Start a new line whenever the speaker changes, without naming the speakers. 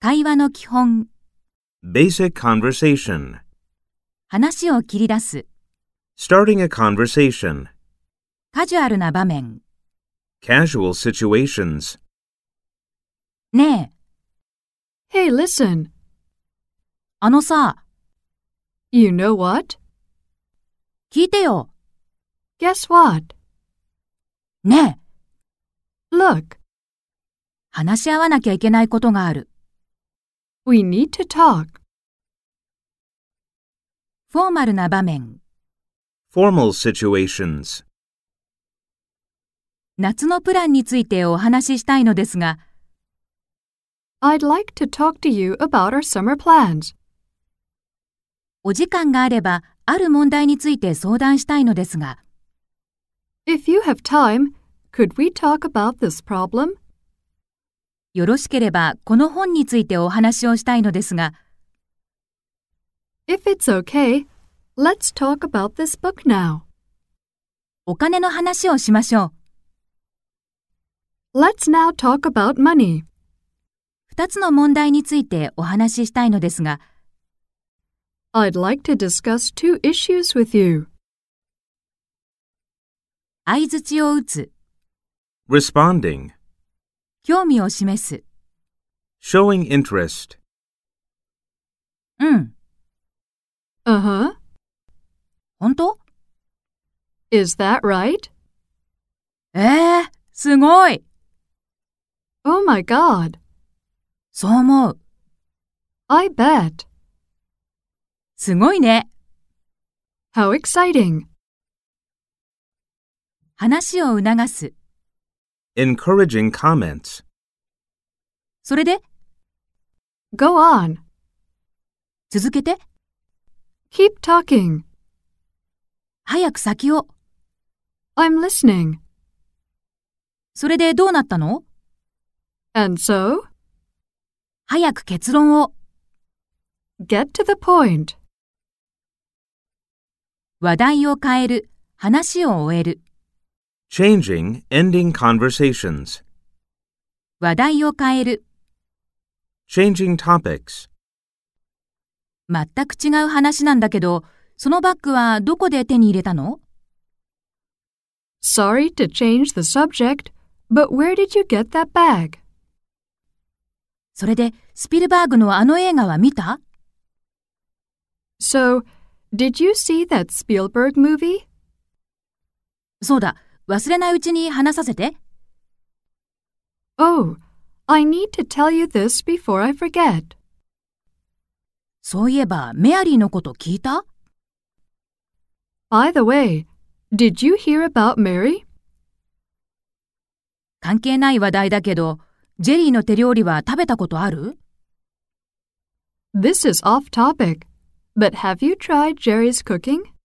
会話の基本、
Basic conversation.
話を切り出す、
Starting a conversation.
カジュアルな場面。
Casual situations.
ねえ、
Hey, listen.
あのさ、
You know what?
聞いてよ。
Guess what?
ねえ、
Look,
話し合わなきゃいけないことがある。
we need to talk.
フォーマルな場面。
Formal situations.
夏のプランについてお話ししたいのですが、
I'd like to talk to you about our summer plans.
お時間があれば、ある問題について相談したいのですが、
If you have time, could we talk about this problem?
よろしければこの本についてお話をしたいのですが、
If it's okay, let's talk about this book now.
お金の話をしましょう。
Let's now talk about money.
二つの問題についてお話ししたいのですが、
I'd like to discuss two issues with you.
相槌を打つ、
Responding.
興味を示す、
Showing interest.
うん、
Uh huh.
本当
Is that right?
ええすごい
Oh my god.
そう思う。
I bet.
すごいね。
How exciting.
話を促す。
Encouraging comments.
それで、
Go on.
続けて、
Keep talking.
早く先を。
I'm listening.
それでどうなったの
And so?
早く結論を。
Get to the point.
話題を変える。話を終える。
Changing, ending conversations.
話題を変える。
Changing topics.
全く違う話なんだけど、そのバッグはどこで手に入れたの
Sorry to change the subject, but where did you get that bag?
それで、スピルバーグのあの映画は見た
So, did you see that Spielberg movie?
そうだ、忘れないうちに話させて。
Oh, I need to tell you this before I forget.
そういえば、メアリーのこと聞いた
By the way, did you hear about Mary?
関係ない話題だけど、ジェリーの手料理は食べたことある
This is off topic, but have you tried Jerry's cooking?